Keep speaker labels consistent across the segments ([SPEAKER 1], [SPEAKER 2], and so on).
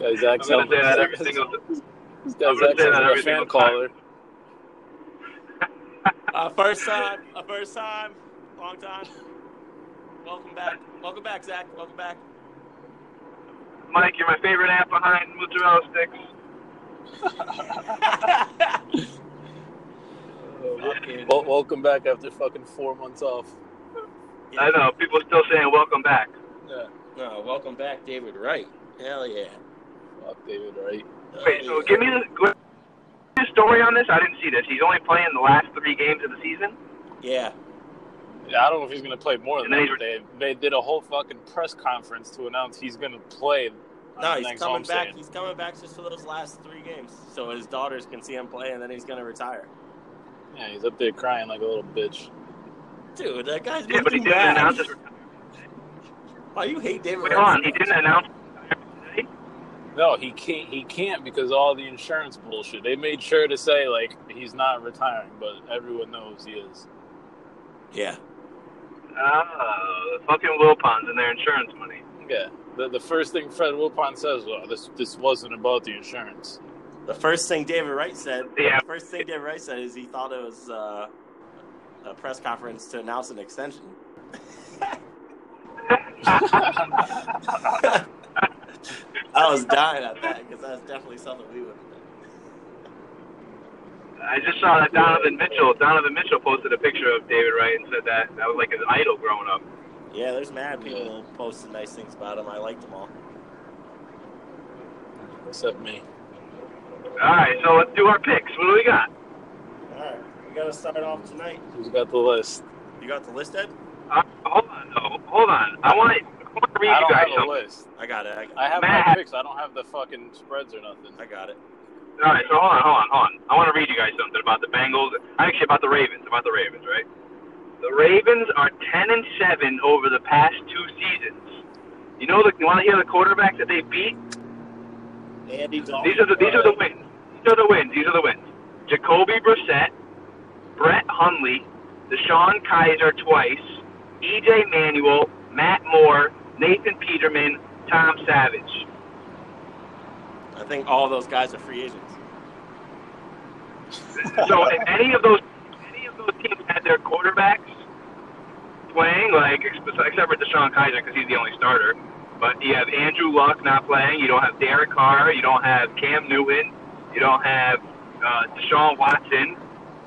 [SPEAKER 1] exact
[SPEAKER 2] I'm gonna say that every
[SPEAKER 1] It's
[SPEAKER 2] single.
[SPEAKER 1] the
[SPEAKER 2] I'm gonna
[SPEAKER 1] exact
[SPEAKER 2] say that
[SPEAKER 1] same
[SPEAKER 2] every
[SPEAKER 1] fan
[SPEAKER 2] single
[SPEAKER 1] caller.
[SPEAKER 3] Uh, first time, uh, first time, long time. Welcome back, welcome back, Zach. Welcome back.
[SPEAKER 2] Mike, you're my favorite app behind mozzarella sticks.
[SPEAKER 1] Wel- welcome back after fucking four months off.
[SPEAKER 2] I know people still saying welcome back.
[SPEAKER 1] Yeah.
[SPEAKER 3] No, welcome back, David Wright. Hell yeah.
[SPEAKER 1] Fuck David, right?
[SPEAKER 2] Wait, so give me the give me the story on this. I didn't see this. He's only playing the last three games of the season.
[SPEAKER 3] Yeah.
[SPEAKER 1] Yeah, I don't know if he's gonna play more than
[SPEAKER 2] And then
[SPEAKER 1] that. They they did a whole fucking press conference to announce he's gonna play. on
[SPEAKER 3] No,
[SPEAKER 1] the
[SPEAKER 3] he's
[SPEAKER 1] next
[SPEAKER 3] coming
[SPEAKER 1] homestand.
[SPEAKER 3] back. He's coming back just for those last three games, so his daughters can see him play, and then he's gonna retire.
[SPEAKER 1] Yeah, he's up there crying like a little bitch.
[SPEAKER 3] Dude, that guy's
[SPEAKER 2] Yeah, but he
[SPEAKER 3] making
[SPEAKER 2] didn't
[SPEAKER 3] mad.
[SPEAKER 2] announce his.
[SPEAKER 3] Why you hate David?
[SPEAKER 2] Wait,
[SPEAKER 3] Wright
[SPEAKER 2] hold on.
[SPEAKER 3] so
[SPEAKER 2] He
[SPEAKER 3] much?
[SPEAKER 2] didn't announce.
[SPEAKER 1] No, he can't. He can't because all the insurance bullshit. They made sure to say like he's not retiring, but everyone knows he is.
[SPEAKER 3] Yeah.
[SPEAKER 2] Oh, the fucking Wilpons and their insurance money.
[SPEAKER 1] Yeah. The, the first thing Fred Wilpon says, well, this this wasn't about the insurance.
[SPEAKER 3] The first thing David Wright said.
[SPEAKER 2] Yeah.
[SPEAKER 3] The first thing David Wright said is he thought it was uh, a press conference to announce an extension. I was dying at that because that's definitely something we would have done.
[SPEAKER 2] I just saw that Donovan Mitchell. Donovan Mitchell posted a picture of David Wright and said that that was like his idol growing up.
[SPEAKER 3] Yeah, there's mad people posting nice things about him. I liked them all.
[SPEAKER 1] Except me.
[SPEAKER 2] All right, so let's do our picks. What do we got?
[SPEAKER 3] All right, we gotta start off tonight.
[SPEAKER 1] Who's got the list?
[SPEAKER 3] You got the list, Ed?
[SPEAKER 2] Uh, hold on, though. Hold on. I want to, I want to read
[SPEAKER 1] I
[SPEAKER 2] you
[SPEAKER 1] don't
[SPEAKER 2] guys
[SPEAKER 1] have a
[SPEAKER 2] something.
[SPEAKER 1] list.
[SPEAKER 3] I got it. I got,
[SPEAKER 1] I have my
[SPEAKER 2] Matt.
[SPEAKER 1] picks. I don't have the fucking spreads or nothing.
[SPEAKER 3] I got it.
[SPEAKER 2] All right, so hold on, hold on, hold on. I want to read you guys something about the Bengals. Actually, about the Ravens. About the Ravens, right? The Ravens are ten and seven over the past two seasons. You know, the, you want to hear the quarterback that they beat?
[SPEAKER 3] Andy
[SPEAKER 1] Oh
[SPEAKER 3] Dalton.
[SPEAKER 2] These are the these are the wins. These are the wins. These are the wins. Jacoby Brissett, Brett Hundley, Deshaun Kaiser twice, EJ Manuel, Matt Moore, Nathan Peterman, Tom Savage.
[SPEAKER 3] I think all those guys are free agents.
[SPEAKER 2] So if any of those any of those teams had their quarterbacks playing, like ex- except for Deshaun Kaiser because he's the only starter, but you have Andrew Luck not playing, you don't have Derek Carr, you don't have Cam Newton, you don't have uh, Deshaun Watson,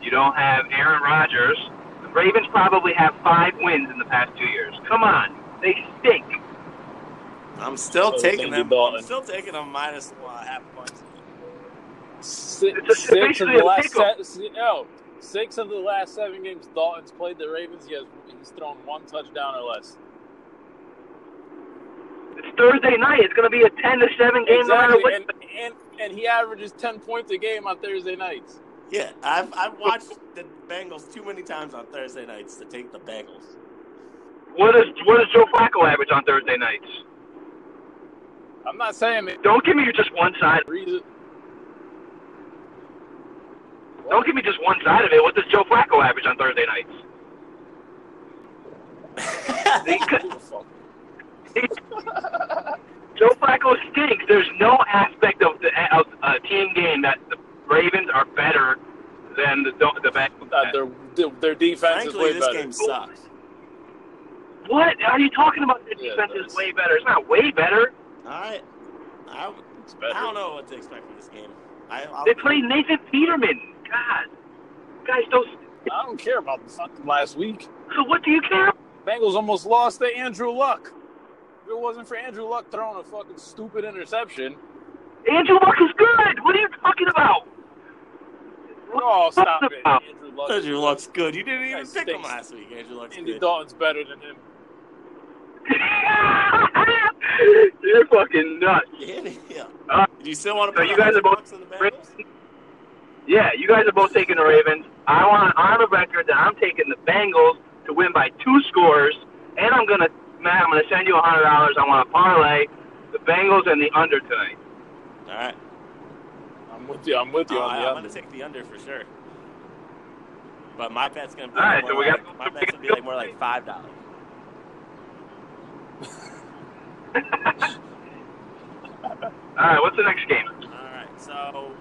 [SPEAKER 2] you don't have Aaron Rodgers. The Ravens probably have five wins in the past two years. Come on, they stink.
[SPEAKER 3] I'm still
[SPEAKER 1] So
[SPEAKER 3] taking
[SPEAKER 1] Andy
[SPEAKER 3] them.
[SPEAKER 1] Dalton.
[SPEAKER 3] I'm still taking them minus uh, half points.
[SPEAKER 1] Six,
[SPEAKER 2] It's a-
[SPEAKER 1] six of
[SPEAKER 2] basically
[SPEAKER 1] the
[SPEAKER 2] a
[SPEAKER 1] last
[SPEAKER 2] pick'em.
[SPEAKER 1] se- se- no, six of the last seven games Dalton's played the Ravens. He has he's thrown one touchdown or less.
[SPEAKER 2] It's Thursday night. It's going to be a ten to seven game no matter uh,
[SPEAKER 1] Exactly,
[SPEAKER 2] what.
[SPEAKER 1] and, and and he averages ten points a game on Thursday nights.
[SPEAKER 3] Yeah, I've I've watched the Bengals too many times on Thursday nights to take the Bengals.
[SPEAKER 2] What does what does Joe Flacco average on Thursday nights?
[SPEAKER 1] I'm not saying that
[SPEAKER 2] Don't give me just one side.
[SPEAKER 1] reason.
[SPEAKER 2] Don't give me just one side of it. What does Joe Flacco average on Thursday nights? They could-
[SPEAKER 1] Who the fuck?
[SPEAKER 2] Joe Flacco stinks. There's no aspect of the of a team game that the Ravens are better than the the
[SPEAKER 1] Uh,
[SPEAKER 2] Bengals.
[SPEAKER 1] their their defense is
[SPEAKER 3] Frankly,
[SPEAKER 1] way
[SPEAKER 3] this
[SPEAKER 1] better.
[SPEAKER 3] game sucks.
[SPEAKER 2] What are you talking about? The
[SPEAKER 1] Yeah,
[SPEAKER 2] defense
[SPEAKER 1] it
[SPEAKER 2] is
[SPEAKER 1] is.
[SPEAKER 2] way better. It's not way better.
[SPEAKER 3] I, I,
[SPEAKER 1] It's
[SPEAKER 3] I
[SPEAKER 1] better.
[SPEAKER 3] don't know what to expect from this game. I, I'll,
[SPEAKER 2] They play Nathan Peterman. God, guys, don't.
[SPEAKER 1] I don't care about the fucking last week.
[SPEAKER 2] So what do you care?
[SPEAKER 1] Bengals almost lost to Andrew Luck. If it wasn't for Andrew Luck throwing a fucking stupid interception,
[SPEAKER 2] Andrew Luck is good. What are you talking about?
[SPEAKER 1] oh stop it.
[SPEAKER 2] Wow.
[SPEAKER 1] Andrew Luck.
[SPEAKER 3] Andrew looks good. You didn't even
[SPEAKER 1] Guys
[SPEAKER 3] pick him
[SPEAKER 1] stinks.
[SPEAKER 3] last week. Andrew looks
[SPEAKER 1] Andy
[SPEAKER 3] good.
[SPEAKER 1] Dalton's better than him.
[SPEAKER 2] You're fucking nuts.
[SPEAKER 3] Yeah, yeah.
[SPEAKER 2] Uh,
[SPEAKER 3] Do you still want to
[SPEAKER 2] so
[SPEAKER 3] put
[SPEAKER 2] you guys are both-
[SPEAKER 3] $100 in the Bengals?
[SPEAKER 2] Yeah, you guys are both taking the Ravens. I want on the record that I'm taking the Bengals to win by two scores, and I'm gonna Matt, I'm gonna send you a hundred dollars. I want to parlay the Bengals and the under tonight.
[SPEAKER 3] All right.
[SPEAKER 1] I'm with you. I'm with you
[SPEAKER 3] Oh,
[SPEAKER 1] on
[SPEAKER 3] I,
[SPEAKER 1] the
[SPEAKER 3] am going
[SPEAKER 1] other.
[SPEAKER 3] to take the under for sure. But my bet's going to be,
[SPEAKER 2] All right,
[SPEAKER 3] more,
[SPEAKER 2] so we
[SPEAKER 3] like,
[SPEAKER 2] got-
[SPEAKER 3] my bet's gonna be like more like $5.
[SPEAKER 2] All All right, what's the next game?
[SPEAKER 3] All right, so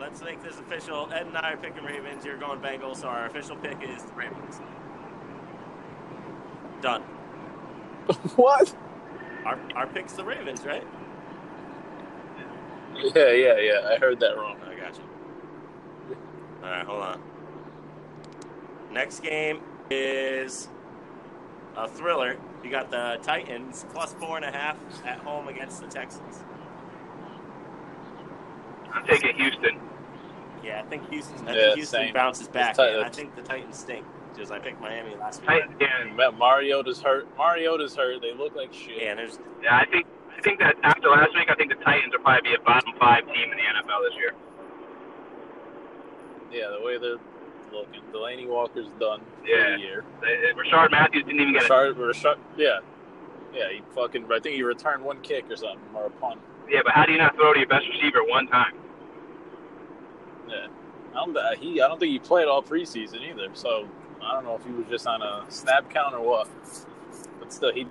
[SPEAKER 3] let's make this official. Ed and I are picking Ravens. You're going Bengals. So our official pick is the Ravens. Done.
[SPEAKER 1] What?
[SPEAKER 3] Our, our pick's the Ravens, right?
[SPEAKER 1] Yeah, yeah, yeah. I heard that wrong.
[SPEAKER 3] I got you. All right, hold on. Next game is a thriller. You got the Titans plus four and a half at home against the Texans.
[SPEAKER 2] I'm taking Houston.
[SPEAKER 3] Yeah, I think Houston. I
[SPEAKER 1] Yeah,
[SPEAKER 3] think Houston
[SPEAKER 1] same.
[SPEAKER 3] bounces back.
[SPEAKER 1] tight.
[SPEAKER 3] and I think the Titans stink because I picked Miami last week.
[SPEAKER 2] I, yeah,
[SPEAKER 1] Ma- Mariota's hurt. Mariota's hurt. They look like shit.
[SPEAKER 3] Yeah, and there's
[SPEAKER 2] yeah, I think I think that after last week, I think the Titans will probably be a bottom five team in the NFL this year.
[SPEAKER 1] Yeah, the way they're looking. Delaney Walker's done for
[SPEAKER 2] Yeah.
[SPEAKER 1] the year.
[SPEAKER 2] They- Rashard Matthews didn't even get a
[SPEAKER 1] Rashard, Rashard, yeah. Yeah, he fucking, I think he returned one kick or something, or a punt.
[SPEAKER 2] yeah, but how do you not throw to your best receiver one time?
[SPEAKER 1] Yeah. I don't, uh, he, I don't think he played all preseason either, so I don't know if he was just on a snap count or what. But still, he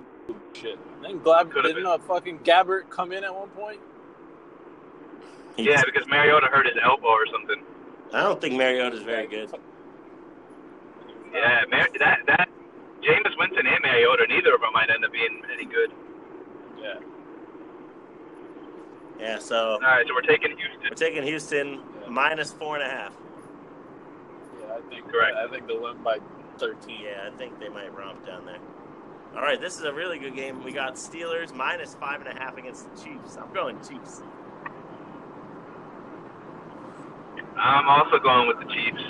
[SPEAKER 1] shit. Then Glab,
[SPEAKER 2] Could've
[SPEAKER 1] didn't
[SPEAKER 2] been.
[SPEAKER 1] uh, fucking Gabbert come in at one point?
[SPEAKER 2] Yeah, because Mariota hurt his elbow or something.
[SPEAKER 3] I don't think Mariota's very good.
[SPEAKER 2] Yeah, Mar- that that Jameis Winston and Mariota, neither of them might end up being any good.
[SPEAKER 1] Yeah.
[SPEAKER 3] Yeah, so
[SPEAKER 2] All right, so we're taking
[SPEAKER 3] we're
[SPEAKER 2] Houston.
[SPEAKER 3] taking Houston minus four and a half.
[SPEAKER 1] Yeah, I think
[SPEAKER 2] Correct.
[SPEAKER 1] I think they went by thirteen.
[SPEAKER 3] Yeah, I think they might romp down there. All right, this is a really good game. We got Steelers minus five and a half against the Chiefs. I'm going Chiefs.
[SPEAKER 2] I'm also going with the Chiefs.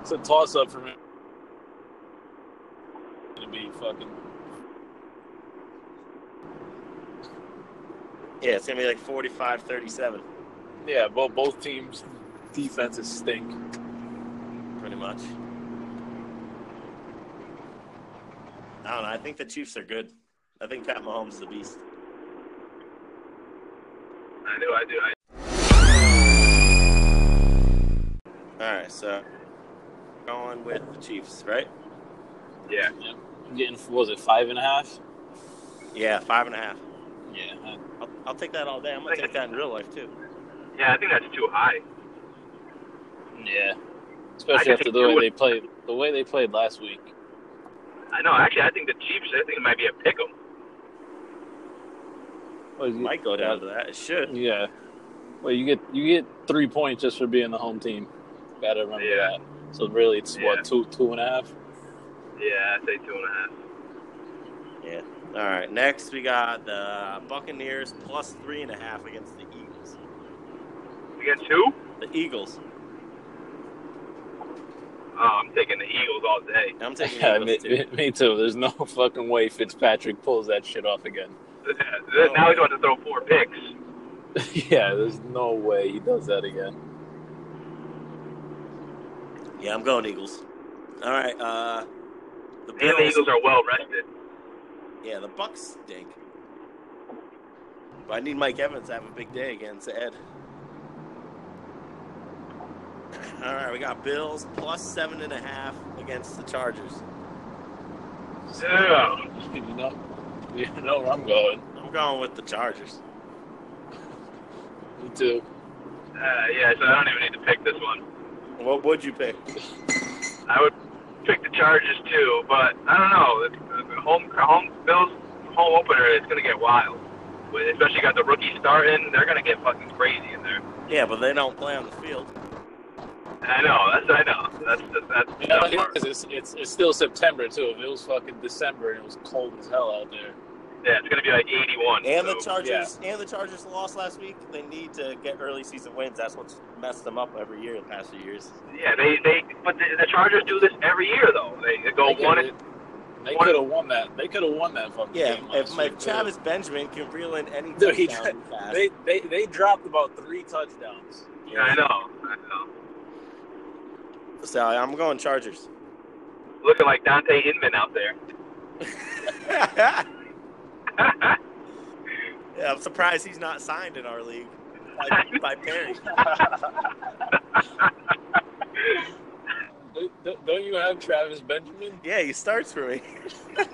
[SPEAKER 1] It's a toss up for me. Gonna be fucking
[SPEAKER 3] Yeah, it's gonna be like 45-37,
[SPEAKER 1] yeah. Both both teams' defenses stink.
[SPEAKER 3] pretty much. I don't know. I think the Chiefs are good. I think Pat Mahomes is the beast.
[SPEAKER 2] I do, I do. I,
[SPEAKER 3] All right, so going with the Chiefs, right?
[SPEAKER 2] yeah.
[SPEAKER 1] Getting what was it five and a half?
[SPEAKER 3] Yeah, five and a half.
[SPEAKER 1] Yeah, I-
[SPEAKER 3] I'll, I'll take that all day. I'm gonna take that in real life too.
[SPEAKER 2] Yeah, I think that's too high.
[SPEAKER 1] yeah.
[SPEAKER 2] I
[SPEAKER 1] Especially
[SPEAKER 2] think
[SPEAKER 1] after
[SPEAKER 2] they
[SPEAKER 1] the way
[SPEAKER 2] would-
[SPEAKER 1] they played, the way they played last week.
[SPEAKER 2] I know. Actually, I think the Chiefs. I think it might be a pick 'em.
[SPEAKER 3] Might go down to that. It should.
[SPEAKER 1] Yeah. Well, you get you get three points just for being the home team. Gotta remember
[SPEAKER 2] Yeah.
[SPEAKER 1] that. So really, it's
[SPEAKER 2] Yeah.
[SPEAKER 1] what two two and a half.
[SPEAKER 2] Yeah, I say two and a half.
[SPEAKER 3] Yeah. All right. Next, we got the Buccaneers plus three and a half against the Eagles.
[SPEAKER 2] We got two.
[SPEAKER 3] The Eagles.
[SPEAKER 2] Oh, I'm taking the Eagles all day.
[SPEAKER 3] I'm taking the
[SPEAKER 1] Yeah, me,
[SPEAKER 3] Eagles too.
[SPEAKER 1] me- me too. There's no fucking way Fitzpatrick pulls that shit off again.
[SPEAKER 2] now he's going to throw four picks.
[SPEAKER 1] yeah, there's no way he does that again.
[SPEAKER 3] Yeah, I'm going Eagles. All right. Uh,
[SPEAKER 2] And the
[SPEAKER 3] the Bills.
[SPEAKER 2] Eagles are well rested.
[SPEAKER 3] Yeah, the Bucks stink. But I need Mike Evans to have a big day against Ed. All right, we got Bills plus seven and a half against the Chargers.
[SPEAKER 2] Yeah.
[SPEAKER 1] You know, you know where I'm going.
[SPEAKER 3] I'm going with the Chargers.
[SPEAKER 1] Me too.
[SPEAKER 2] Uh, yeah. So I don't even need to pick this one.
[SPEAKER 3] What would you pick?
[SPEAKER 2] I would pick the Chargers too, but I don't know. The- The home home Bills home opener is going to get wild. With- Especially you got the rookie starting, they're going to get fucking crazy in there.
[SPEAKER 3] Yeah, but they don't play on the field.
[SPEAKER 2] I know. That's I know. That's that's. that's
[SPEAKER 1] Yeah, like it is, it's, it's, it's still September too. If it was fucking December and it was cold as hell out there,
[SPEAKER 2] Yeah, it's gonna be like 81.
[SPEAKER 3] And the
[SPEAKER 2] so-
[SPEAKER 3] Chargers and the Chargers lost last week. They need to get early season wins. That's what's messed them up every year the past few years.
[SPEAKER 2] Yeah, they they but the, the Chargers do this every year though. They, they go
[SPEAKER 1] they
[SPEAKER 2] one.
[SPEAKER 1] could
[SPEAKER 2] and-
[SPEAKER 1] they
[SPEAKER 2] one-
[SPEAKER 1] could have won that. They could have won that fucking
[SPEAKER 3] Yeah,
[SPEAKER 1] game.
[SPEAKER 3] if
[SPEAKER 1] last
[SPEAKER 3] my
[SPEAKER 1] week, too.
[SPEAKER 3] Travis Benjamin can reel in any
[SPEAKER 1] Dude, he
[SPEAKER 3] touchdown pass,
[SPEAKER 1] they, they they dropped about three touchdowns.
[SPEAKER 2] Yeah, I know. I know.
[SPEAKER 3] so I'm going Chargers.
[SPEAKER 2] Looking like Dante Inman out there.
[SPEAKER 3] yeah, I'm surprised he's not signed in our league by, by Perry.
[SPEAKER 1] Don't- Don't you have Travis Benjamin?
[SPEAKER 3] Yeah, he starts for me.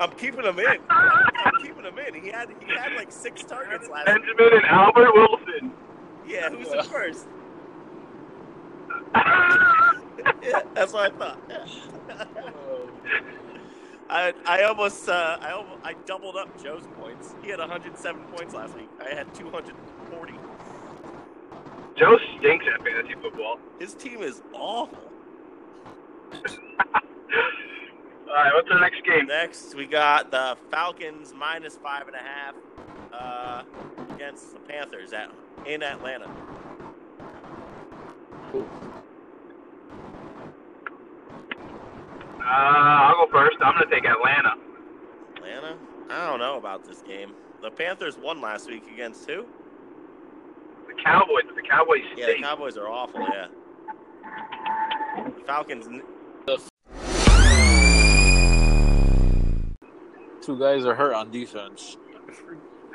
[SPEAKER 3] I'm keeping him in. I'm keeping him in. He had he had like six targets last. year.
[SPEAKER 2] Benjamin and Albert Wilson.
[SPEAKER 3] Yeah, who's the first? Yeah, that's what I thought.
[SPEAKER 1] Oh,
[SPEAKER 3] I I almost uh, I almost, I doubled up Joe's points. He had 107 points last week. I had 240.
[SPEAKER 2] Joe stinks at fantasy football.
[SPEAKER 3] His team is awful.
[SPEAKER 2] All right, what's the next game?
[SPEAKER 3] Next, we got the Falcons minus five and a half uh, against the Panthers at in Atlanta.
[SPEAKER 2] Uh, I'll go first. I'm going to take Atlanta.
[SPEAKER 3] Atlanta? I don't know about this game. The Panthers won last week against who?
[SPEAKER 2] The Cowboys. The Cowboys
[SPEAKER 3] Yeah, the
[SPEAKER 2] stink.
[SPEAKER 3] Cowboys are awful. Yeah. Falcons. n-
[SPEAKER 1] Two guys are hurt on defense.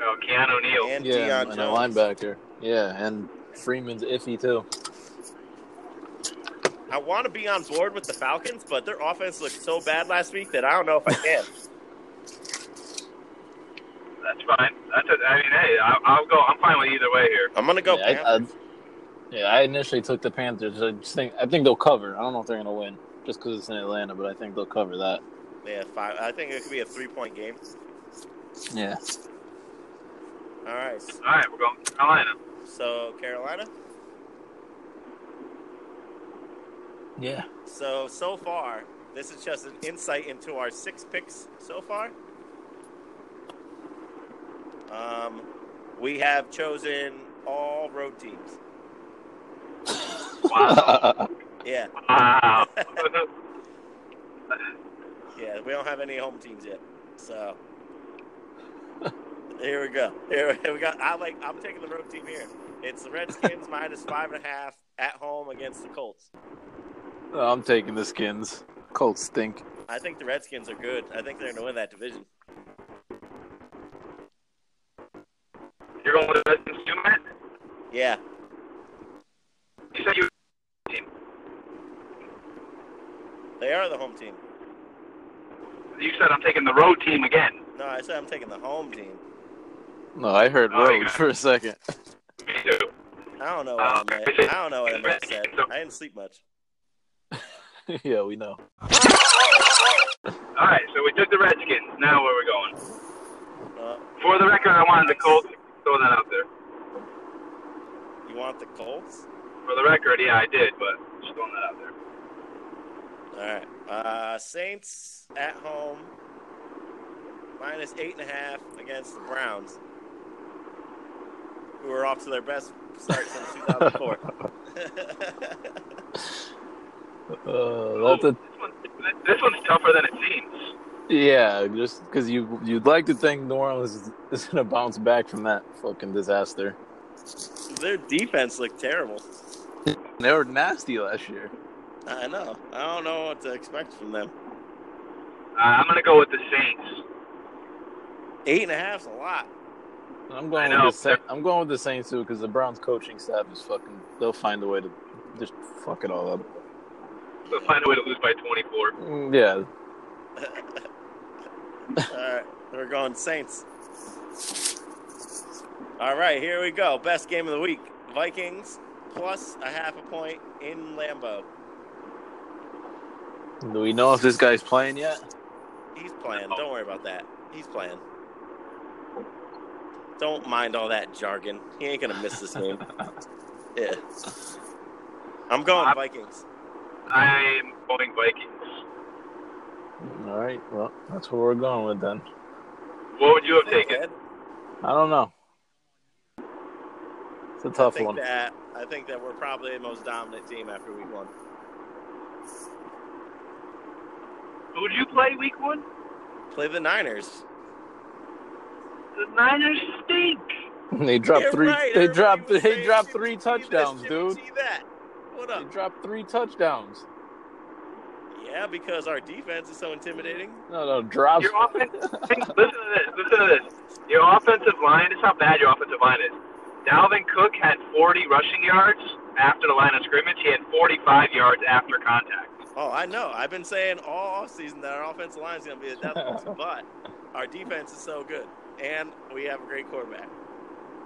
[SPEAKER 2] oh, Keanu Neal.
[SPEAKER 3] And
[SPEAKER 1] yeah,
[SPEAKER 3] Deion
[SPEAKER 1] and a
[SPEAKER 3] Jones.
[SPEAKER 1] linebacker. Yeah, and Freeman's iffy too.
[SPEAKER 3] I want to be on board with the Falcons, but their offense looked so bad last week that I don't know if I can.
[SPEAKER 2] That's fine. That's a, I mean, hey, I'll, I'll go. I'm fine with either way here.
[SPEAKER 3] I'm gonna go.
[SPEAKER 1] Yeah, I, I,
[SPEAKER 3] Panthers.
[SPEAKER 1] yeah, I initially took the Panthers. I just think I think they'll cover. I don't know if they're gonna win just because it's in Atlanta, but I think they'll cover that.
[SPEAKER 3] yeah, five. I think it could be a three-point game.
[SPEAKER 1] Yeah,
[SPEAKER 3] All right.
[SPEAKER 2] All right, we're going to Carolina.
[SPEAKER 3] So Carolina.
[SPEAKER 1] yeah.
[SPEAKER 3] So so far, this is just an insight into our six picks so far. Um, we have chosen all road teams.
[SPEAKER 2] Wow.
[SPEAKER 3] Yeah,
[SPEAKER 2] Wow.
[SPEAKER 3] yeah. We don't have any home teams yet. So here we go. Here we go. I like. I'm taking the road team here. It's the Redskins minus five and a half at home against the Colts.
[SPEAKER 1] I'm taking the Skins. Colts stink.
[SPEAKER 3] I think the Redskins are good. I think they're going to win that division.
[SPEAKER 2] You're going with the Redskins too, Matt?
[SPEAKER 3] Yeah.
[SPEAKER 2] You said you
[SPEAKER 3] They are the home team.
[SPEAKER 2] you said I'm taking the road team again.
[SPEAKER 3] No, I said I'm taking the home team.
[SPEAKER 1] No, I heard
[SPEAKER 2] Oh,
[SPEAKER 1] road
[SPEAKER 2] yeah.
[SPEAKER 1] for a second.
[SPEAKER 2] Me too.
[SPEAKER 3] I don't know what Um, I meant. I don't know what I meant. Said. I didn't sleep much.
[SPEAKER 1] yeah, we know.
[SPEAKER 2] All right, so we took the Redskins. Now where are we going?
[SPEAKER 3] Uh,
[SPEAKER 2] For the record, I wanted the Colts. Throw that out there.
[SPEAKER 3] you want the Colts?
[SPEAKER 2] For the record, yeah, I did, but just throwing that out there.
[SPEAKER 3] All right. Uh, Saints at home, minus eight and a half against the Browns, who are off to their best start since 2004.
[SPEAKER 1] Uh, that's a,
[SPEAKER 2] this, one's, this one's tougher than it seems.
[SPEAKER 1] yeah, just because you you'd like to think New Orleans is, is gonna bounce back from that fucking disaster.
[SPEAKER 3] their defense looked terrible.
[SPEAKER 1] They were nasty last year.
[SPEAKER 3] I know. I don't know what to expect from them.
[SPEAKER 2] Uh, I'm gonna go with the Saints.
[SPEAKER 3] Eight and a half's a lot.
[SPEAKER 1] I'm
[SPEAKER 2] I
[SPEAKER 1] going
[SPEAKER 2] know.
[SPEAKER 1] with the Saints. I'm going with the Saints too because the Browns coaching staff is fucking. They'll find a way to just fuck it all up.
[SPEAKER 2] They'll find a way to lose by 24.
[SPEAKER 1] Mm, Yeah,
[SPEAKER 3] All right, we're going Saints. All right, here we go. Best game of the week: Vikings plus a half a point in Lambeau.
[SPEAKER 1] do we know if this guy's playing yet?
[SPEAKER 3] He's playing. Don't worry about that. He's playing. Don't mind all that jargon. He ain't gonna miss this game. yeah. I'm going Vikings.
[SPEAKER 2] I'm going Vikings.
[SPEAKER 1] All right, well that's what we're going with then.
[SPEAKER 2] What would you have taken?
[SPEAKER 3] Ed,
[SPEAKER 1] I don't know. It's a
[SPEAKER 3] I
[SPEAKER 1] tough
[SPEAKER 3] think
[SPEAKER 1] one.
[SPEAKER 3] that I think that we're probably the most dominant team after week one.
[SPEAKER 2] Who would you play week one?
[SPEAKER 3] Play the Niners.
[SPEAKER 2] The Niners stink.
[SPEAKER 1] they dropped
[SPEAKER 3] You're
[SPEAKER 1] three.
[SPEAKER 3] right,
[SPEAKER 1] They
[SPEAKER 3] everybody
[SPEAKER 1] dropped.
[SPEAKER 3] was
[SPEAKER 1] They
[SPEAKER 3] saying,
[SPEAKER 1] dropped
[SPEAKER 3] "Jimmy
[SPEAKER 1] three
[SPEAKER 3] G this,
[SPEAKER 1] touchdowns,
[SPEAKER 3] Jimmy
[SPEAKER 1] dude.
[SPEAKER 3] G that. What
[SPEAKER 1] They
[SPEAKER 3] up?
[SPEAKER 1] dropped three touchdowns.
[SPEAKER 3] Yeah, because our defense is so intimidating.
[SPEAKER 1] No, no drops.
[SPEAKER 2] Your offense. listen to this. Listen to this. Your offensive line. This is how bad your offensive line is. Dalvin Cook had 40 rushing yards after the line of scrimmage. He had 45 yards after contact.
[SPEAKER 3] Oh, I know. I've been saying all offseason that our offensive line is going to be a death box, but our defense is so good, and we have a great quarterback.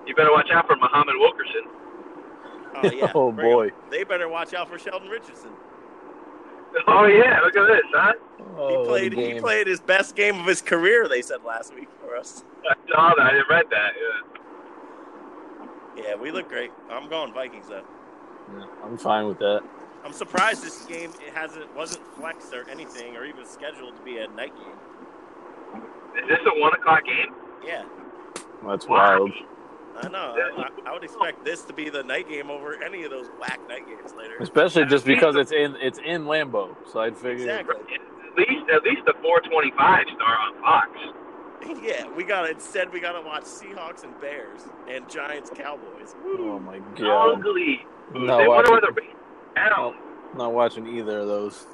[SPEAKER 2] You better watch out for Muhammad Wilkerson.
[SPEAKER 3] Oh yeah.
[SPEAKER 1] oh
[SPEAKER 3] Bring 'em.
[SPEAKER 1] boy.
[SPEAKER 3] They better watch out for Sheldon Richardson.
[SPEAKER 2] Oh yeah, look at this, huh?
[SPEAKER 3] He
[SPEAKER 1] Oh,
[SPEAKER 3] played.
[SPEAKER 1] the game.
[SPEAKER 3] He played his best game of his career. They said last week for us.
[SPEAKER 2] I saw that. I read that. Yeah.
[SPEAKER 3] Yeah, we look great. I'm going Vikings though.
[SPEAKER 1] Yeah, I'm fine with that.
[SPEAKER 3] I'm surprised this game it hasn't wasn't flexed or anything or even scheduled to be a night game.
[SPEAKER 2] Is this a one o'clock game?
[SPEAKER 3] Yeah,
[SPEAKER 1] That's
[SPEAKER 2] Wow.
[SPEAKER 1] wild.
[SPEAKER 3] I know. I, I would expect this to be the night game over any of those whack night games later.
[SPEAKER 1] Especially just because it's in it's in Lambo, so I'd figure
[SPEAKER 3] Exactly.
[SPEAKER 2] At least, at least the 425 star on Fox.
[SPEAKER 3] Yeah, we got to instead we got to watch Seahawks and Bears and Giants Cowboys.
[SPEAKER 1] Oh my god.
[SPEAKER 2] Ugly.
[SPEAKER 1] No,
[SPEAKER 2] they
[SPEAKER 1] I- Oh,
[SPEAKER 2] wonder whether down.
[SPEAKER 1] Not watching either of those.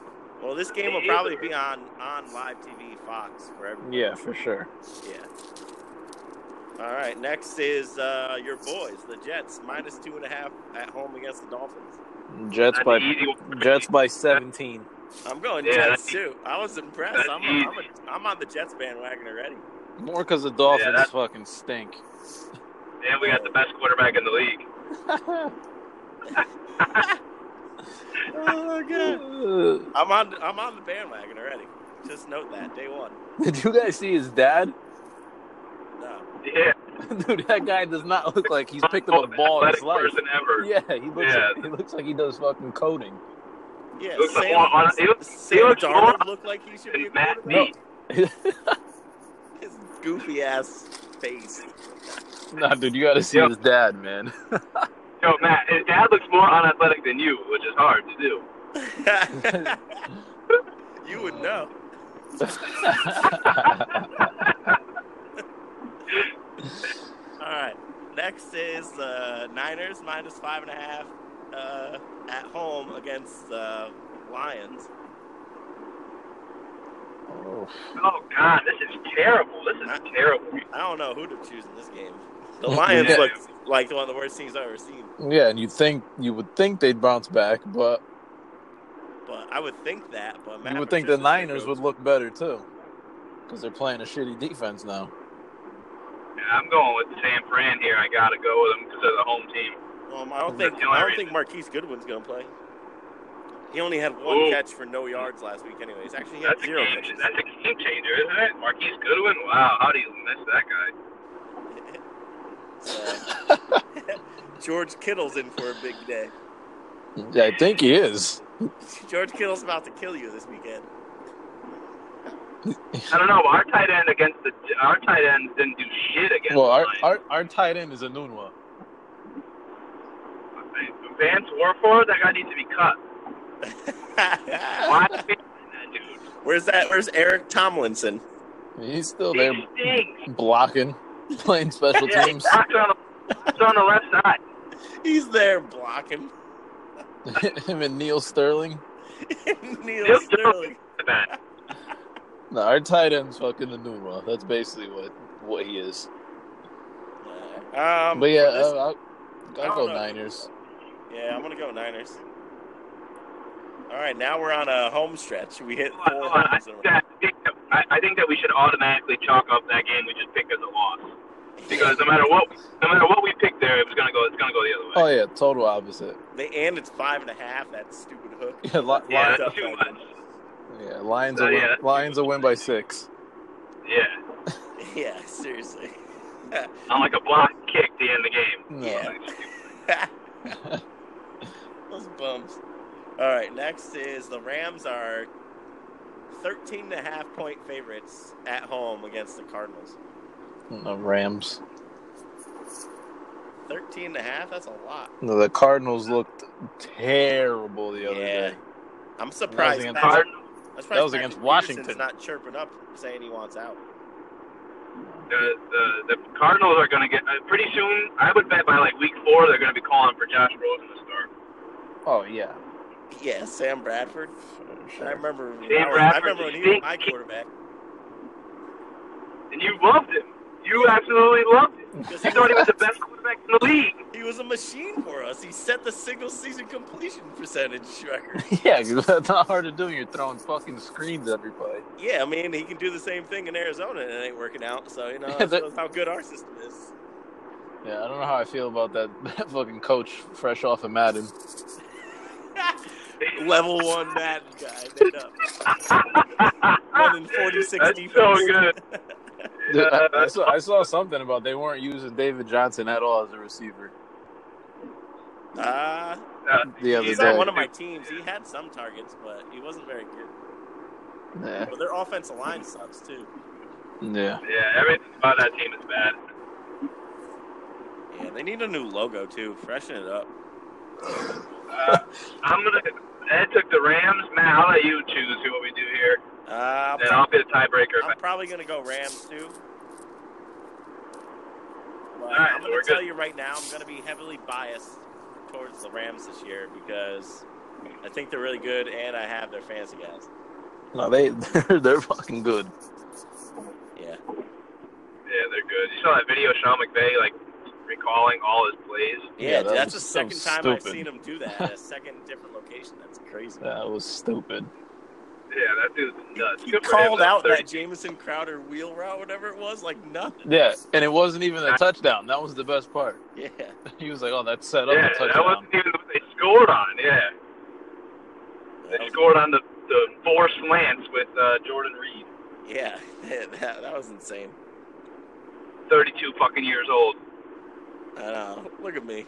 [SPEAKER 3] Well, this game will probably be on on live TV Fox for everyone.
[SPEAKER 1] Yeah, for sure.
[SPEAKER 3] Yeah. All right. Next is uh, your boys, the Jets, minus two and a half at home against the Dolphins.
[SPEAKER 1] Jets
[SPEAKER 2] That's
[SPEAKER 1] by
[SPEAKER 2] an easy one.
[SPEAKER 1] Jets by 17.
[SPEAKER 3] I'm going
[SPEAKER 2] Yeah,
[SPEAKER 3] Jets
[SPEAKER 2] that's-
[SPEAKER 3] too. I was impressed.
[SPEAKER 2] that's
[SPEAKER 3] I'm,
[SPEAKER 2] easy.
[SPEAKER 3] I'm, a, I'm on the Jets bandwagon already.
[SPEAKER 1] More because the Dolphins
[SPEAKER 2] that's-
[SPEAKER 1] fucking stink.
[SPEAKER 2] And we got the best quarterback in the league.
[SPEAKER 3] Oh god. I'm on. I'm on the bandwagon already. Just note that day one.
[SPEAKER 1] Did you guys see his dad?
[SPEAKER 3] No.
[SPEAKER 2] Yeah,
[SPEAKER 1] Dude, that guy does not look like he's picked up a ball in his
[SPEAKER 2] Athletic
[SPEAKER 1] life.
[SPEAKER 2] person ever.
[SPEAKER 1] Yeah, he looks.
[SPEAKER 2] Yeah.
[SPEAKER 1] He looks like he does fucking coding.
[SPEAKER 3] Yeah.
[SPEAKER 2] Looks like-
[SPEAKER 3] Sam,
[SPEAKER 2] well, I- he looks- he
[SPEAKER 3] Sam
[SPEAKER 2] looks more
[SPEAKER 3] Darnold looked like he should be a
[SPEAKER 2] And Matt
[SPEAKER 3] quarterback.
[SPEAKER 2] Meek.
[SPEAKER 3] His goofy ass face.
[SPEAKER 1] Nah, dude, you got to see
[SPEAKER 2] Yeah.
[SPEAKER 1] his dad, man.
[SPEAKER 2] Yo, Matt, his dad looks more unathletic than you, which is hard to do.
[SPEAKER 3] you would know. All right. Next is the Niners minus five and a half uh, at home against the Lions.
[SPEAKER 1] oh,
[SPEAKER 2] Oh God, this is terrible. This is terrible.
[SPEAKER 3] I don't know who to choose in this game. The Lions
[SPEAKER 2] Yeah.
[SPEAKER 3] look like one of the worst teams I've ever seen,
[SPEAKER 1] yeah, and you think you would think they'd bounce back, but
[SPEAKER 3] but I would think that. But Matt
[SPEAKER 1] you would think the
[SPEAKER 3] Patricia's gonna
[SPEAKER 1] Niners
[SPEAKER 3] go-
[SPEAKER 1] would look better too, because they're playing a shitty defense now.
[SPEAKER 2] Yeah, I'm going with San Fran here. I gotta go with them because they're the home team.
[SPEAKER 3] Um, I don't think
[SPEAKER 2] The only
[SPEAKER 3] I don't
[SPEAKER 2] reason-
[SPEAKER 3] think Marquise Goodwin's going to play. He only had one
[SPEAKER 2] Ooh.
[SPEAKER 3] catch for no yards last week, anyways. Actually, he had
[SPEAKER 2] That's a
[SPEAKER 3] zero
[SPEAKER 2] game.
[SPEAKER 3] catches.
[SPEAKER 2] That's a game changer, isn't it? Marquise Goodwin. Wow, how do you miss that guy?
[SPEAKER 3] So, Uh, George Kittle's in for a big day.
[SPEAKER 1] Yeah, I think he is.
[SPEAKER 3] George Kittle's about to kill you this weekend.
[SPEAKER 2] I don't know. but Our tight end against the our tight end didn't do shit against.
[SPEAKER 1] Well, our
[SPEAKER 2] the Lions.
[SPEAKER 1] our, our tight end is a Anunwa.
[SPEAKER 2] Vance Warford, that guy needs to be cut. Why? that dude.
[SPEAKER 3] Where's that? Where's Eric Tomlinson?
[SPEAKER 1] He's still there
[SPEAKER 2] He stinks.
[SPEAKER 1] blocking, playing special
[SPEAKER 2] Yeah,
[SPEAKER 1] teams.
[SPEAKER 2] Doc's on, the, Doc's on the left side.
[SPEAKER 3] He's there blocking
[SPEAKER 1] Him and Neil Sterling.
[SPEAKER 3] Neil
[SPEAKER 2] Yep.
[SPEAKER 3] Sterling.
[SPEAKER 2] The bat.
[SPEAKER 1] No, our tight end's fucking Anunwa. That's basically what what he is.
[SPEAKER 3] Um,
[SPEAKER 1] But yeah,
[SPEAKER 3] this-
[SPEAKER 1] uh, I'll, I'll
[SPEAKER 3] don't
[SPEAKER 1] go
[SPEAKER 3] know.
[SPEAKER 1] Niners.
[SPEAKER 3] yeah, I'm gonna go Niners. All right, now we're on a home stretch. We hit
[SPEAKER 2] Hold on,
[SPEAKER 3] four
[SPEAKER 2] hold on. I
[SPEAKER 3] homes in a
[SPEAKER 2] think
[SPEAKER 3] row.
[SPEAKER 2] that- I think that- I I think that we should automatically chalk up that game we just picked as a loss because no matter what, no matter what we picked there, it was gonna go. It's gonna go the other
[SPEAKER 1] Oh
[SPEAKER 2] way.
[SPEAKER 1] yeah, total opposite.
[SPEAKER 3] They and it's five and a half. That stupid hook.
[SPEAKER 1] Yeah, li-
[SPEAKER 2] yeah,
[SPEAKER 1] Lions,
[SPEAKER 2] that's
[SPEAKER 3] up
[SPEAKER 2] too
[SPEAKER 3] right
[SPEAKER 2] much.
[SPEAKER 1] yeah, Lions.
[SPEAKER 2] Uh,
[SPEAKER 1] will win,
[SPEAKER 2] yeah.
[SPEAKER 1] Lions will win by six.
[SPEAKER 2] Yeah,
[SPEAKER 3] Yeah, seriously.
[SPEAKER 2] on like a block kick to end the game.
[SPEAKER 1] No.
[SPEAKER 3] Yeah. Those bums. All right, next is the Rams are 13 and a half point favorites at home against the Cardinals.
[SPEAKER 1] No, Rams.
[SPEAKER 3] 13 and a half, that's a lot.
[SPEAKER 1] No, the Cardinals looked terrible the other
[SPEAKER 3] Yeah.
[SPEAKER 1] day.
[SPEAKER 3] I'm surprised.
[SPEAKER 1] against-
[SPEAKER 3] Pat-
[SPEAKER 2] Hard,
[SPEAKER 3] I'm surprised
[SPEAKER 1] that was
[SPEAKER 3] Patrick
[SPEAKER 1] against
[SPEAKER 3] Peterson's
[SPEAKER 1] Washington.
[SPEAKER 3] not chirping up saying he wants out.
[SPEAKER 2] the, the the Cardinals are gonna get uh, pretty soon. I would bet by like week four they're gonna be calling for Josh Rosen to start.
[SPEAKER 1] Oh yeah.
[SPEAKER 3] Yeah, Sam Bradford. I remember when,
[SPEAKER 2] Sam
[SPEAKER 3] I, was- I
[SPEAKER 2] Bradford,
[SPEAKER 3] remember when
[SPEAKER 2] you
[SPEAKER 3] he was
[SPEAKER 2] think-
[SPEAKER 3] my quarterback.
[SPEAKER 2] And you loved him. You absolutely loved him.
[SPEAKER 3] Because
[SPEAKER 2] You thought he was the best quarterback in the league.
[SPEAKER 3] He was a machine for us. He set the single season completion percentage record.
[SPEAKER 1] Yeah, 'cause that's not hard to do. You're throwing fucking screens every play.
[SPEAKER 3] Yeah, I mean, he can do the same thing in Arizona, and it ain't working out. So you know,
[SPEAKER 1] Yeah,
[SPEAKER 3] that
[SPEAKER 1] that-
[SPEAKER 3] shows how good our system is.
[SPEAKER 1] Yeah, I don't know how I feel about that, that fucking coach fresh off of Madden.
[SPEAKER 3] Level one Madden guy, made up. One in 46
[SPEAKER 2] Ah, That's
[SPEAKER 3] defense.
[SPEAKER 2] so good. Uh,
[SPEAKER 1] Dude,
[SPEAKER 3] Uh,
[SPEAKER 1] I, I saw, I saw something about they weren't using David Johnson at all as a receiver
[SPEAKER 3] Uh,
[SPEAKER 2] Uh,
[SPEAKER 1] the other
[SPEAKER 3] he's
[SPEAKER 1] day.
[SPEAKER 3] on one of my teams. He had some targets, but he wasn't very good.
[SPEAKER 1] yeah,
[SPEAKER 3] But their offensive line sucks too.
[SPEAKER 1] yeah.
[SPEAKER 2] yeah, everything about that team is bad.
[SPEAKER 3] Yeah, they need a new logo too. Freshen it up.
[SPEAKER 2] Uh, I'm gonna. Ed took the Rams. Matt, I'll let you choose what we do here,
[SPEAKER 3] Uh,
[SPEAKER 2] and I'll be the tiebreaker.
[SPEAKER 3] I'm probably gonna go Rams too. But
[SPEAKER 2] right,
[SPEAKER 3] I'm gonna
[SPEAKER 2] we're
[SPEAKER 3] tell
[SPEAKER 2] good.
[SPEAKER 3] you right now, I'm gonna be heavily biased towards the Rams this year because I think they're really good and I have their fantasy guys.
[SPEAKER 1] No, they they're, they're fucking good.
[SPEAKER 3] Yeah.
[SPEAKER 2] Yeah, they're good. You saw that video, of Sean McVay like recalling all his plays.
[SPEAKER 3] Yeah,
[SPEAKER 1] Yeah, that
[SPEAKER 3] that's the
[SPEAKER 1] was so
[SPEAKER 3] second time I've
[SPEAKER 1] stupid.
[SPEAKER 3] seen him do that. at a second different location. That's crazy.
[SPEAKER 1] That was stupid.
[SPEAKER 2] Yeah, that dude's nuts.
[SPEAKER 3] he
[SPEAKER 2] Good for him,
[SPEAKER 3] called
[SPEAKER 2] though.
[SPEAKER 3] out
[SPEAKER 2] Thirty-
[SPEAKER 3] that Jameson Crowder wheel route, whatever it was, like nothing.
[SPEAKER 1] Yeah, and it wasn't even a touchdown. That was the best part.
[SPEAKER 3] Yeah.
[SPEAKER 1] He was like, "Oh, that's set up
[SPEAKER 2] Yeah,
[SPEAKER 1] a
[SPEAKER 2] that
[SPEAKER 1] touchdown."
[SPEAKER 2] wasn't even what they scored on. Yeah,
[SPEAKER 3] That
[SPEAKER 2] they
[SPEAKER 3] was-
[SPEAKER 2] scored on the the forced lance with uh, Jordan Reed,
[SPEAKER 3] yeah. That, that was insane.
[SPEAKER 2] 32 fucking years old.
[SPEAKER 3] I know. Look at me.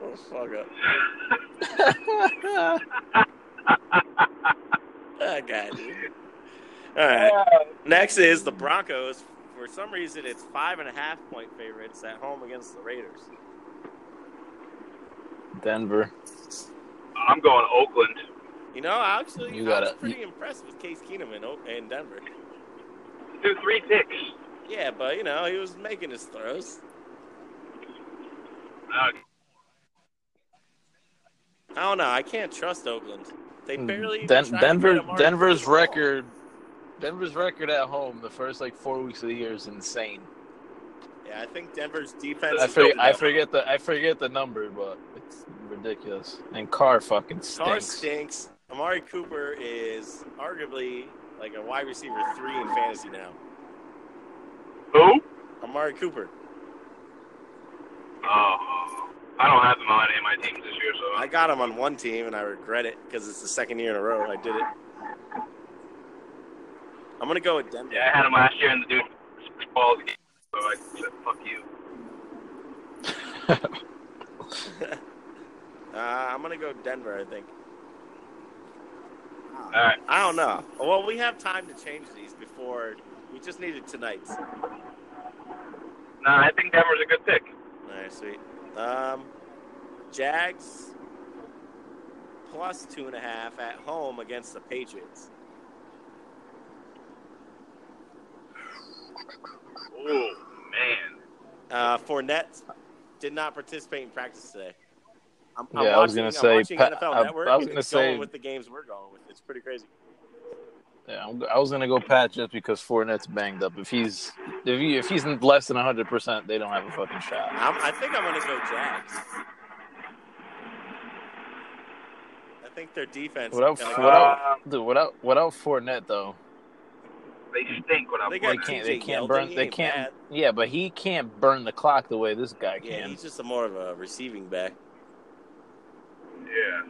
[SPEAKER 3] What the fuck up. That guy, dude. All right. Next is the Broncos. For some reason, it's five and a half point favorites at home against the Raiders.
[SPEAKER 1] Denver.
[SPEAKER 2] I'm going Oakland.
[SPEAKER 3] You know, I actually, I
[SPEAKER 1] You
[SPEAKER 3] was
[SPEAKER 1] gotta-
[SPEAKER 3] pretty impressed with Case Keenum in, O- in Denver.
[SPEAKER 2] Do three picks.
[SPEAKER 3] Yeah, but you know, he was making his throws.
[SPEAKER 2] Uh,
[SPEAKER 3] I don't know. I can't trust Oakland. They barely. even
[SPEAKER 1] Hmm,
[SPEAKER 3] tried
[SPEAKER 1] Den-
[SPEAKER 3] to
[SPEAKER 1] Denver.
[SPEAKER 3] get Amari Cooper the
[SPEAKER 1] Denver's
[SPEAKER 3] ball.
[SPEAKER 1] record. Denver's record at home the first like four weeks of the year is insane.
[SPEAKER 3] Yeah, I think Denver's defense.
[SPEAKER 1] I
[SPEAKER 3] is
[SPEAKER 1] forget,
[SPEAKER 3] built
[SPEAKER 1] I
[SPEAKER 3] up.
[SPEAKER 1] forget the I forget the number, but it's ridiculous. And Carr fucking stinks.
[SPEAKER 3] Carr stinks. Amari Cooper is arguably like a wide receiver three in fantasy now.
[SPEAKER 2] who?
[SPEAKER 3] Amari Cooper.
[SPEAKER 2] Oh, I don't have them on any of my teams this year, so
[SPEAKER 3] I got him on one team and I regret it because it's the second year in a row I did it. I'm gonna go with Denver.
[SPEAKER 2] yeah, I had them last year, and the dude six balls a game, so I said, "Fuck you."
[SPEAKER 3] Uh, I'm gonna go Denver. I think.
[SPEAKER 2] All right,
[SPEAKER 3] I don't know. Well, we have time to change these before. We just needed tonight's. All
[SPEAKER 2] no, I think Denver's a good pick.
[SPEAKER 3] right, sweet. Um, Jags plus two and a half at home against the Patriots.
[SPEAKER 2] Oh man,
[SPEAKER 3] Uh, Fournette did not participate in practice today. I'm,
[SPEAKER 1] Yeah, I was gonna
[SPEAKER 3] watching-
[SPEAKER 1] say,
[SPEAKER 3] I'm watching
[SPEAKER 1] Pa-
[SPEAKER 3] NFL
[SPEAKER 1] I-
[SPEAKER 3] Network.
[SPEAKER 1] I was
[SPEAKER 3] and
[SPEAKER 1] gonna
[SPEAKER 3] it's going
[SPEAKER 1] say-
[SPEAKER 3] with the games we're going with. It's pretty crazy.
[SPEAKER 1] Yeah, I'm, I was gonna go Pat just because Fournette's banged up. If he's if he, if he's less than 100, percent they don't have a fucking shot.
[SPEAKER 3] I'm, I think I'm going to go Jags. I think their defense.
[SPEAKER 1] What up,
[SPEAKER 3] kinda-
[SPEAKER 1] what
[SPEAKER 2] Um,
[SPEAKER 1] up? Dude, without without Fournette though,
[SPEAKER 2] they stink when I'm
[SPEAKER 3] They
[SPEAKER 1] they
[SPEAKER 3] got
[SPEAKER 1] can't
[SPEAKER 3] TJ
[SPEAKER 1] they can't
[SPEAKER 3] Yeldon,
[SPEAKER 1] burn
[SPEAKER 3] he
[SPEAKER 1] they
[SPEAKER 3] ain't
[SPEAKER 1] can't
[SPEAKER 3] bad.
[SPEAKER 1] yeah, but he can't burn the clock the way this guy
[SPEAKER 3] Yeah,
[SPEAKER 1] can.
[SPEAKER 3] he's just a more of a receiving back.
[SPEAKER 2] Yeah.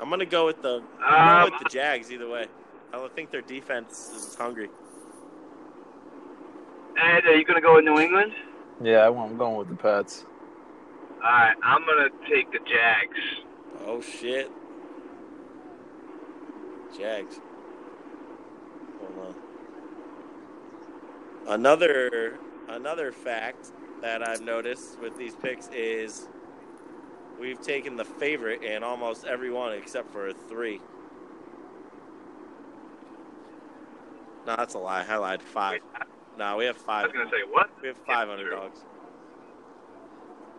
[SPEAKER 3] I'm going to go with the I'm
[SPEAKER 2] Um,
[SPEAKER 3] going with the Jags either way. I don't think their defense is hungry.
[SPEAKER 2] Ed, are uh, you gonna go with New England?
[SPEAKER 1] Yeah, I want, I'm going with the Pats.
[SPEAKER 2] All right, I'm gonna take the Jags.
[SPEAKER 3] Oh shit. Jags. Hold on. Another another fact that I've noticed with these picks is we've taken the favorite in almost every one except for three. No, that's a lie. I lied. Five. No, we have
[SPEAKER 2] I
[SPEAKER 3] five.
[SPEAKER 2] was gonna say what?
[SPEAKER 3] We have five underdogs.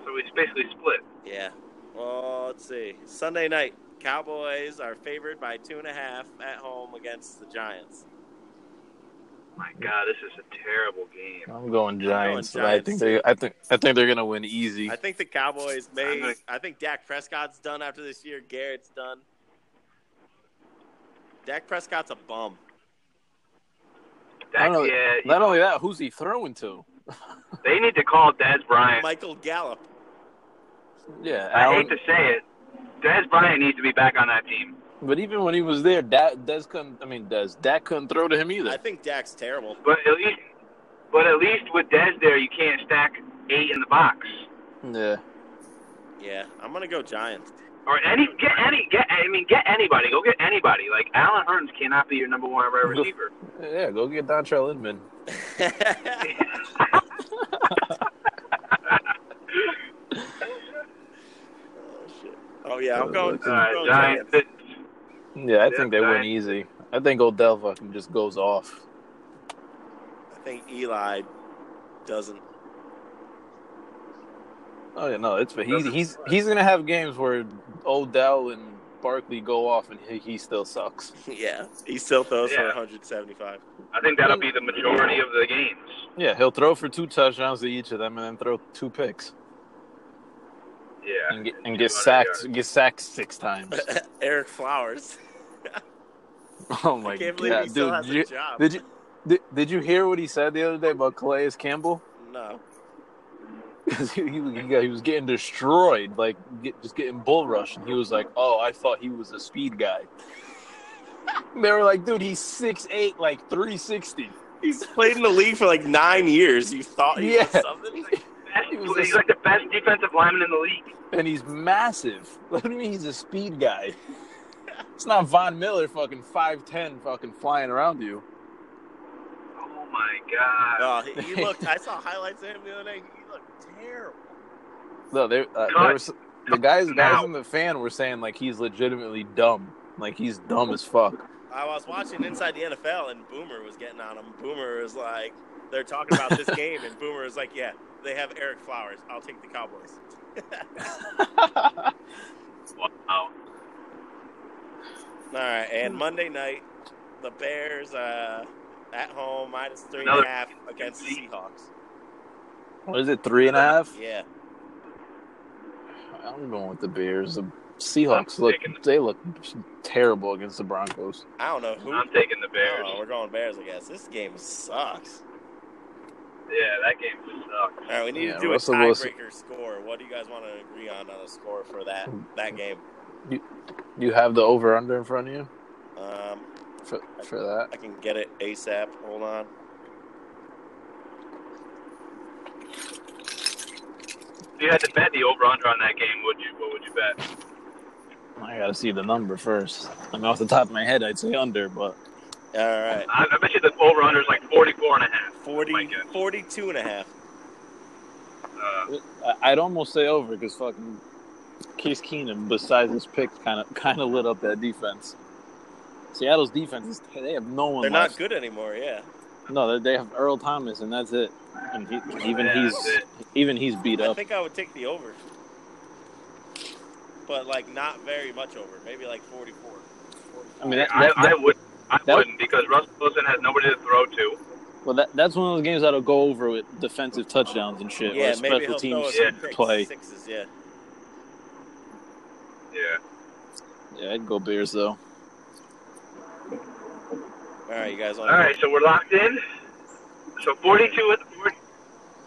[SPEAKER 2] So we basically split.
[SPEAKER 3] Yeah. Well, let's see. Sunday night, Cowboys are favored by two and a half at home against the Giants.
[SPEAKER 2] My God, this is a terrible game.
[SPEAKER 1] I'm going Giants.
[SPEAKER 3] going
[SPEAKER 1] but I think they. I think. I think they're gonna win easy.
[SPEAKER 3] I think the Cowboys may.
[SPEAKER 2] I'm gonna-
[SPEAKER 3] I think Dak Prescott's done after this year. Garrett's done. Dak Prescott's a bum.
[SPEAKER 1] I
[SPEAKER 2] That,
[SPEAKER 1] don't know.
[SPEAKER 2] yeah,
[SPEAKER 1] Not only that, who's he throwing to?
[SPEAKER 2] they need to call Dez Bryant.
[SPEAKER 3] Michael Gallup.
[SPEAKER 1] Yeah,
[SPEAKER 2] I hate
[SPEAKER 1] Allen-
[SPEAKER 2] to say it, Dez Bryant needs to be back on that team.
[SPEAKER 1] But even when he was there, that Des couldn't. I mean, Des Dak couldn't throw to him
[SPEAKER 3] I
[SPEAKER 1] either.
[SPEAKER 3] think Dak's terrible.
[SPEAKER 2] But at least, but at least with Dez there, you can't stack eight in the box
[SPEAKER 1] Yeah,
[SPEAKER 3] Yeah, I'm gonna go Giants.
[SPEAKER 2] or any get any get. I mean, get anybody. Go get anybody. Like Alan Hearns cannot be your number one wide receiver.
[SPEAKER 1] yeah. Go get Dontrell Inman.
[SPEAKER 3] oh yeah, I'm going.
[SPEAKER 1] Uh,
[SPEAKER 3] I'm
[SPEAKER 2] Uh,
[SPEAKER 3] going
[SPEAKER 2] Giants.
[SPEAKER 3] Giants.
[SPEAKER 1] Yeah, I
[SPEAKER 2] Yeah,
[SPEAKER 1] think they win
[SPEAKER 2] Giants.
[SPEAKER 1] easy. I think Odell fucking just goes off.
[SPEAKER 3] I think Eli doesn't.
[SPEAKER 1] Oh yeah, no, it's but he's he's he's gonna have games where Odell and Barkley go off and he, he still sucks.
[SPEAKER 3] Yeah, he still throws for
[SPEAKER 2] Yeah.
[SPEAKER 3] 175.
[SPEAKER 2] I think that'll be the majority of the games.
[SPEAKER 1] Yeah, he'll throw for two touchdowns to each of them and then throw two picks
[SPEAKER 2] Yeah,
[SPEAKER 1] and get and
[SPEAKER 2] 200
[SPEAKER 1] get sacked
[SPEAKER 2] yards.
[SPEAKER 1] get sacked six times.
[SPEAKER 3] Eric Flowers.
[SPEAKER 1] Oh my
[SPEAKER 3] I can't believe he
[SPEAKER 1] god,
[SPEAKER 3] still
[SPEAKER 1] dude!
[SPEAKER 3] has
[SPEAKER 1] Did you,
[SPEAKER 3] a job.
[SPEAKER 1] did you did, did you hear what he said the other day about Calais Campbell?
[SPEAKER 3] No.
[SPEAKER 1] because he, he, he, got- he was getting destroyed, like get, just getting bull rushed. And he was like, "Oh, I thought he was a speed guy." And they were like, "Dude, he's six eight, like three sixty.
[SPEAKER 3] He's played in the league for like nine years. You thought he
[SPEAKER 1] Yeah.
[SPEAKER 3] was something?
[SPEAKER 2] Best-
[SPEAKER 1] He was a-
[SPEAKER 2] He's like the best defensive lineman in the league.
[SPEAKER 1] and he's massive. What do you mean he's a speed guy? It's not Von Miller, fucking five ten, fucking flying around you.
[SPEAKER 2] Oh my God.
[SPEAKER 3] No, he, he looked. I saw highlights of him the other day. He looked terrible.
[SPEAKER 1] No, they, uh,
[SPEAKER 2] Cut.
[SPEAKER 1] there was, the guys, guys
[SPEAKER 2] Now.
[SPEAKER 1] in the fan were saying like he's legitimately dumb, like he's dumb as fuck.
[SPEAKER 3] I was watching Inside the NFL, and Boomer was getting on him. Boomer was like, they're talking about this game, and Boomer was like, yeah, they have Eric Flowers. I'll take the Cowboys.
[SPEAKER 2] Wow.
[SPEAKER 3] All right, and Monday night, the Bears uh, at home minus three and a
[SPEAKER 2] Another-
[SPEAKER 3] half against the Seahawks.
[SPEAKER 1] What is it, three and a half?
[SPEAKER 3] Yeah,
[SPEAKER 1] I'm going with the Bears. The Seahawks
[SPEAKER 2] I'm
[SPEAKER 1] look
[SPEAKER 2] taking the-
[SPEAKER 1] they look terrible against the Broncos.
[SPEAKER 3] I don't know who.
[SPEAKER 2] I'm taking the Bears.
[SPEAKER 3] Oh, we're going Bears, I guess. This game sucks.
[SPEAKER 2] Yeah, that game uh, sucks.
[SPEAKER 3] All right, we need
[SPEAKER 1] Yeah,
[SPEAKER 3] to do
[SPEAKER 1] Russell
[SPEAKER 3] a
[SPEAKER 1] Wilson-
[SPEAKER 3] tiebreaker score. What do you guys want to agree on on a score for that that game?
[SPEAKER 1] You have the over under in front of you
[SPEAKER 3] Um,
[SPEAKER 1] for for that.
[SPEAKER 3] I can get it ASAP. Hold on.
[SPEAKER 2] If you had to bet the over under on that game, would you? What would you bet?
[SPEAKER 1] I gotta see the number first. I mean, off the top of my head, I'd say under, but
[SPEAKER 3] All right,
[SPEAKER 2] I, I bet you the over under is like 44 and a half.
[SPEAKER 3] 40,
[SPEAKER 2] My guess.
[SPEAKER 3] 42 and a half.
[SPEAKER 2] Uh,
[SPEAKER 1] I- I'd almost say over because fucking Case Keenum, besides his picks, kind of kind of lit up that defense. Seattle's defense is they have no one.
[SPEAKER 3] They're not
[SPEAKER 1] left.
[SPEAKER 3] good anymore. Yeah,
[SPEAKER 1] No, they they have Earl Thomas, and that's it. And he, even
[SPEAKER 2] Yeah,
[SPEAKER 1] he's
[SPEAKER 2] that's it.
[SPEAKER 1] even he's beat
[SPEAKER 3] I
[SPEAKER 1] up.
[SPEAKER 3] think I would take the over, but like not very much over. Maybe like forty-four.
[SPEAKER 1] I mean, that,
[SPEAKER 2] I,
[SPEAKER 1] that-
[SPEAKER 2] I would. I
[SPEAKER 1] that-
[SPEAKER 2] wouldn't because Russell Wilson has nobody to throw to.
[SPEAKER 1] Well, that, that's one of those games that'll go over with defensive touchdowns and shit.
[SPEAKER 3] yeah,
[SPEAKER 1] Yeah,
[SPEAKER 3] maybe
[SPEAKER 1] special
[SPEAKER 3] he'll throw
[SPEAKER 1] teams
[SPEAKER 3] us some
[SPEAKER 2] yeah,
[SPEAKER 3] picks,
[SPEAKER 1] play.
[SPEAKER 3] sixes. Yeah.
[SPEAKER 2] Yeah.
[SPEAKER 1] Yeah, I'd go Bears though.
[SPEAKER 3] All right, you guys.
[SPEAKER 2] All right, so we're locked in. So 42, and- 40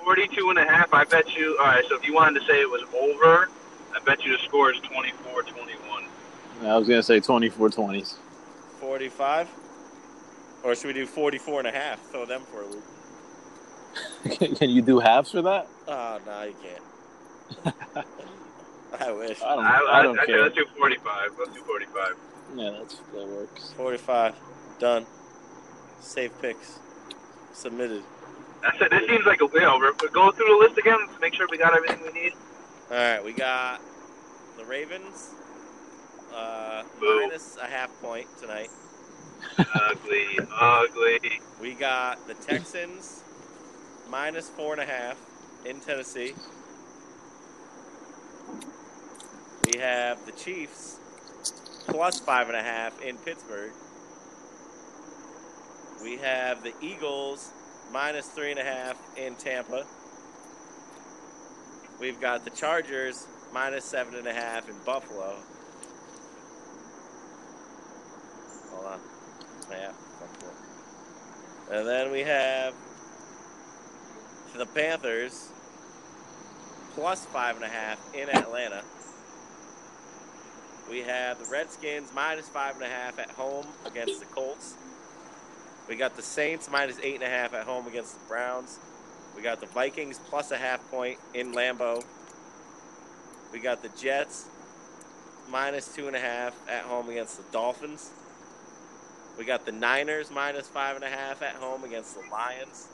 [SPEAKER 2] 42 and a half. I bet you. All right, so if you wanted to say it was over, I bet you the score is 24 21.
[SPEAKER 1] I was gonna say 24-20s.
[SPEAKER 3] 45 or should we do 44 and a half throw them for a loop
[SPEAKER 1] Can you do halves for that?
[SPEAKER 3] oh no you can't i wish
[SPEAKER 1] I don't.
[SPEAKER 2] I,
[SPEAKER 1] I,
[SPEAKER 2] I,
[SPEAKER 1] don't
[SPEAKER 2] I, say
[SPEAKER 1] care.
[SPEAKER 2] let's do 45. Let's do 45.
[SPEAKER 1] yeah, that's that works.
[SPEAKER 3] 45 done save picks submitted
[SPEAKER 2] That's it. This seems like a win. We're, we're going through the list again to make sure we got everything we need.
[SPEAKER 3] all right we got the ravens uh,
[SPEAKER 2] Boo.
[SPEAKER 3] minus a half point tonight
[SPEAKER 2] ugly, ugly.
[SPEAKER 3] we got the texans minus four and a half in tennessee we have the chiefs plus five and a half in pittsburgh We have the Eagles minus three and a half in Tampa. We've got the Chargers minus seven and a half in Buffalo. Hold on. Yeah, Buffalo. And then we have the Panthers plus five and a half in Atlanta. We have the Redskins minus five and a half at home against the Colts. We got the Saints minus eight and a half at home against the Browns. We got the Vikings plus a half point in Lambeau. We got the Jets minus two and a half at home against the Dolphins. We got the Niners minus five and a half at home against the Lions.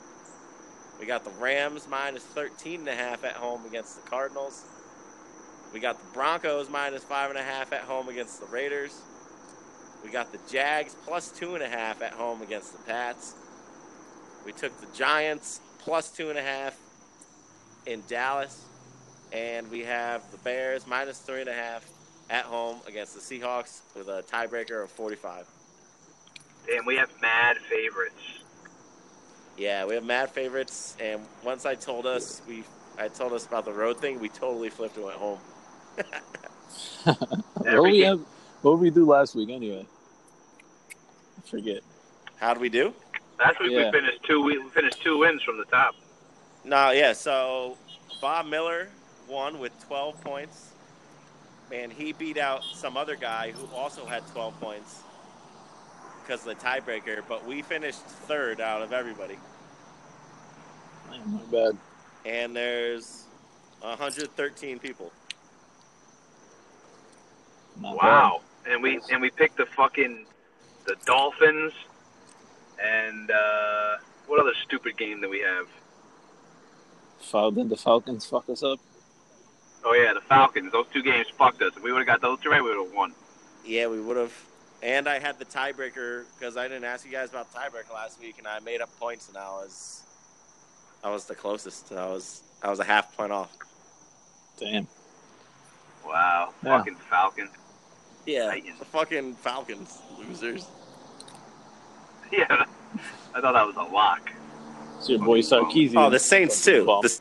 [SPEAKER 3] We got the Rams minus 13 and a half at home against the Cardinals. We got the Broncos minus five and a half at home against the Raiders. We got the Jags plus two and a half at home against the Pats. We took the Giants plus two and a half in Dallas. And we have the Bears minus three and a half at home against the Seahawks with a tiebreaker of 45.
[SPEAKER 2] And we have mad favorites.
[SPEAKER 3] Yeah, we have mad favorites. And once I told us we, I told us about the road thing, we totally flipped and went home.
[SPEAKER 1] What
[SPEAKER 2] Every
[SPEAKER 1] we
[SPEAKER 2] game.
[SPEAKER 1] have, what did we do last week anyway? I forget.
[SPEAKER 3] How did we do?
[SPEAKER 2] Last week
[SPEAKER 1] Yeah.
[SPEAKER 2] we finished two. We we finished two wins from the top.
[SPEAKER 3] No, yeah. So Bob Miller won with 12 points, and he beat out some other guy who also had 12 points because of the tiebreaker. But we finished third out of everybody,
[SPEAKER 1] Man, my bad.
[SPEAKER 3] and there's 113 people.
[SPEAKER 1] Not
[SPEAKER 2] Wow. And we and we picked the fucking the Dolphins and uh, what other stupid game that we have?
[SPEAKER 1] bad. Fal- did the Falcons fuck us up?
[SPEAKER 2] Oh yeah, the Falcons. Those two games fucked us. If we would have got those two right, we would have won.
[SPEAKER 3] Yeah, we would have. And I had the tiebreaker because I didn't ask you guys about the tiebreaker last week, and I made up points, and I was, I was the closest. I was, I was a half point off.
[SPEAKER 1] Damn.
[SPEAKER 2] Wow.
[SPEAKER 1] Yeah.
[SPEAKER 2] Fucking Falcons.
[SPEAKER 3] Yeah,
[SPEAKER 2] Titans.
[SPEAKER 3] the fucking Falcons losers.
[SPEAKER 2] Yeah. I thought that was a lock.
[SPEAKER 1] It's your boy Sarkeesian.
[SPEAKER 3] Oh, the Saints too.
[SPEAKER 1] Bum.
[SPEAKER 3] The-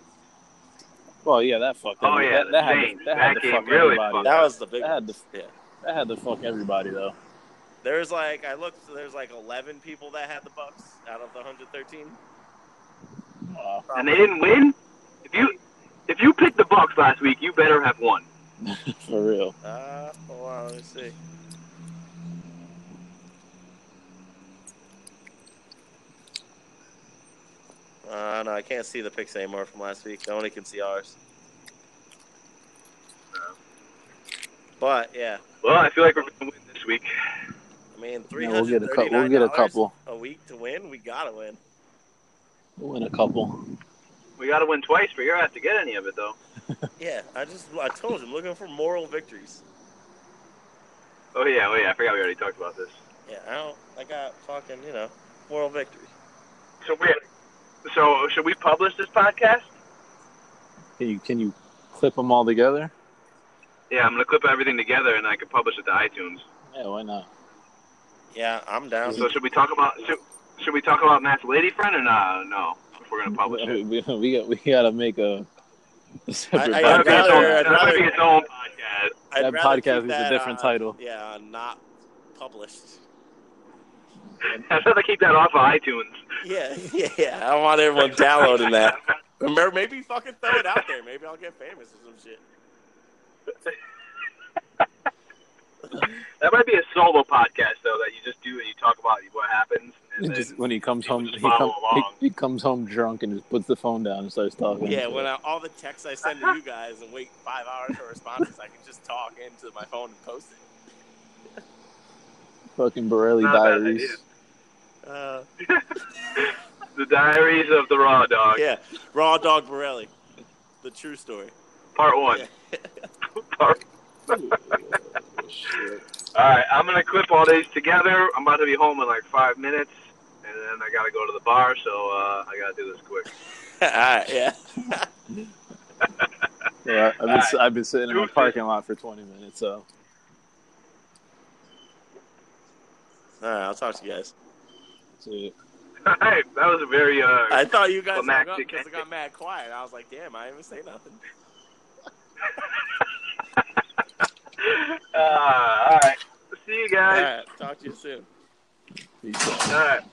[SPEAKER 1] Well, yeah, that fucked.
[SPEAKER 2] Oh,
[SPEAKER 1] everybody.
[SPEAKER 2] yeah,
[SPEAKER 1] that,
[SPEAKER 2] the
[SPEAKER 1] that had to-
[SPEAKER 2] Saints.
[SPEAKER 1] that had
[SPEAKER 2] That
[SPEAKER 1] to
[SPEAKER 2] game
[SPEAKER 1] fuck
[SPEAKER 2] really
[SPEAKER 1] everybody.
[SPEAKER 2] fucked
[SPEAKER 1] That,
[SPEAKER 3] that was the big.
[SPEAKER 1] I had the-
[SPEAKER 3] yeah.
[SPEAKER 1] that had to fuck everybody though.
[SPEAKER 3] There's like I looked. There's like 11 people that had the Bucks out of the 113.
[SPEAKER 1] Wow.
[SPEAKER 2] And they didn't win? If you if you picked the Bucks last week, you better have won.
[SPEAKER 1] For real.
[SPEAKER 3] Uh, hold on, let me see. Uh, no, I can't see the picks anymore from last week. I only can see ours. But yeah,
[SPEAKER 2] Well, I feel like we're gonna win this week.
[SPEAKER 3] I mean, three
[SPEAKER 1] Yeah,
[SPEAKER 3] hundred.
[SPEAKER 1] we'll get a cou- we'll get a couple.
[SPEAKER 3] a week to win. We gotta win.
[SPEAKER 1] We'll win a couple.
[SPEAKER 2] We gotta win twice for your ass to get any of it though.
[SPEAKER 3] Yeah, I just I told you, I'm looking for moral victories.
[SPEAKER 2] Oh yeah, oh yeah, I forgot we already talked about this.
[SPEAKER 3] Yeah, I don't. I got fucking you know moral victories.
[SPEAKER 2] So we so should we publish this podcast?
[SPEAKER 1] Can you can you clip them all together?
[SPEAKER 2] Yeah, I'm gonna clip everything together and I can publish it to iTunes.
[SPEAKER 1] Yeah, why not?
[SPEAKER 3] Yeah, I'm down.
[SPEAKER 2] So should we talk about should, should we talk about Matt's lady friend or not? No, if we're gonna publish it.
[SPEAKER 1] We, we, we got we gotta make a, a separate
[SPEAKER 3] I-
[SPEAKER 2] That'll
[SPEAKER 3] I'd
[SPEAKER 2] be its own- that'll be
[SPEAKER 3] rather- I'd
[SPEAKER 1] podcast.
[SPEAKER 3] rather-
[SPEAKER 2] its own podcast.
[SPEAKER 3] I'd
[SPEAKER 1] that
[SPEAKER 3] rather keep
[SPEAKER 1] podcast is a different
[SPEAKER 3] uh,
[SPEAKER 1] title.
[SPEAKER 3] Yeah, not published.
[SPEAKER 2] I'd rather keep that off of iTunes.
[SPEAKER 3] Yeah, yeah, yeah. I want everyone downloading that. Remember, maybe fucking throw it out there. Maybe I'll get famous or some shit.
[SPEAKER 2] That might be a solo podcast though that you just do and you talk about what happens. And then,
[SPEAKER 1] Just when he comes
[SPEAKER 2] people
[SPEAKER 1] home, he,
[SPEAKER 2] just
[SPEAKER 1] come,
[SPEAKER 2] follow
[SPEAKER 1] he,
[SPEAKER 2] along.
[SPEAKER 1] he comes home drunk and just puts the phone down and starts talking.
[SPEAKER 3] Yeah, when I, all the texts I send to you guys and wait five hours for responses, I can just talk into my phone and post it.
[SPEAKER 1] fucking Borelli
[SPEAKER 2] Not a bad
[SPEAKER 1] Diaries.
[SPEAKER 2] idea.
[SPEAKER 3] Uh,
[SPEAKER 2] the Diaries of the Raw Dog,
[SPEAKER 3] Oh, yeah, Raw Dog Borelli, the true story.
[SPEAKER 2] Part One.
[SPEAKER 3] Yeah.
[SPEAKER 2] Part-
[SPEAKER 1] Oh, shit.
[SPEAKER 2] all right, I'm gonna clip all these together. I'm about to be home in like five minutes, and then I gotta go to the bar, so uh, I gotta do this quick.
[SPEAKER 3] all right, yeah.
[SPEAKER 1] Yeah, I've been
[SPEAKER 2] Alright.
[SPEAKER 1] I've been sitting in my
[SPEAKER 2] Deuces.
[SPEAKER 1] parking lot for twenty minutes. So
[SPEAKER 3] All right, I'll talk to you guys.
[SPEAKER 1] that's it.
[SPEAKER 2] All right, that was a very uh,
[SPEAKER 3] I thought you guys
[SPEAKER 2] Well, Mac,
[SPEAKER 3] hung up
[SPEAKER 2] you
[SPEAKER 3] because it
[SPEAKER 2] can't-
[SPEAKER 3] got mad quiet. I was like, damn, I didn't even say nothing.
[SPEAKER 2] uh all right. See you
[SPEAKER 3] All
[SPEAKER 2] guys. uh,
[SPEAKER 3] right, talk to you soon.
[SPEAKER 1] He's-
[SPEAKER 2] All right.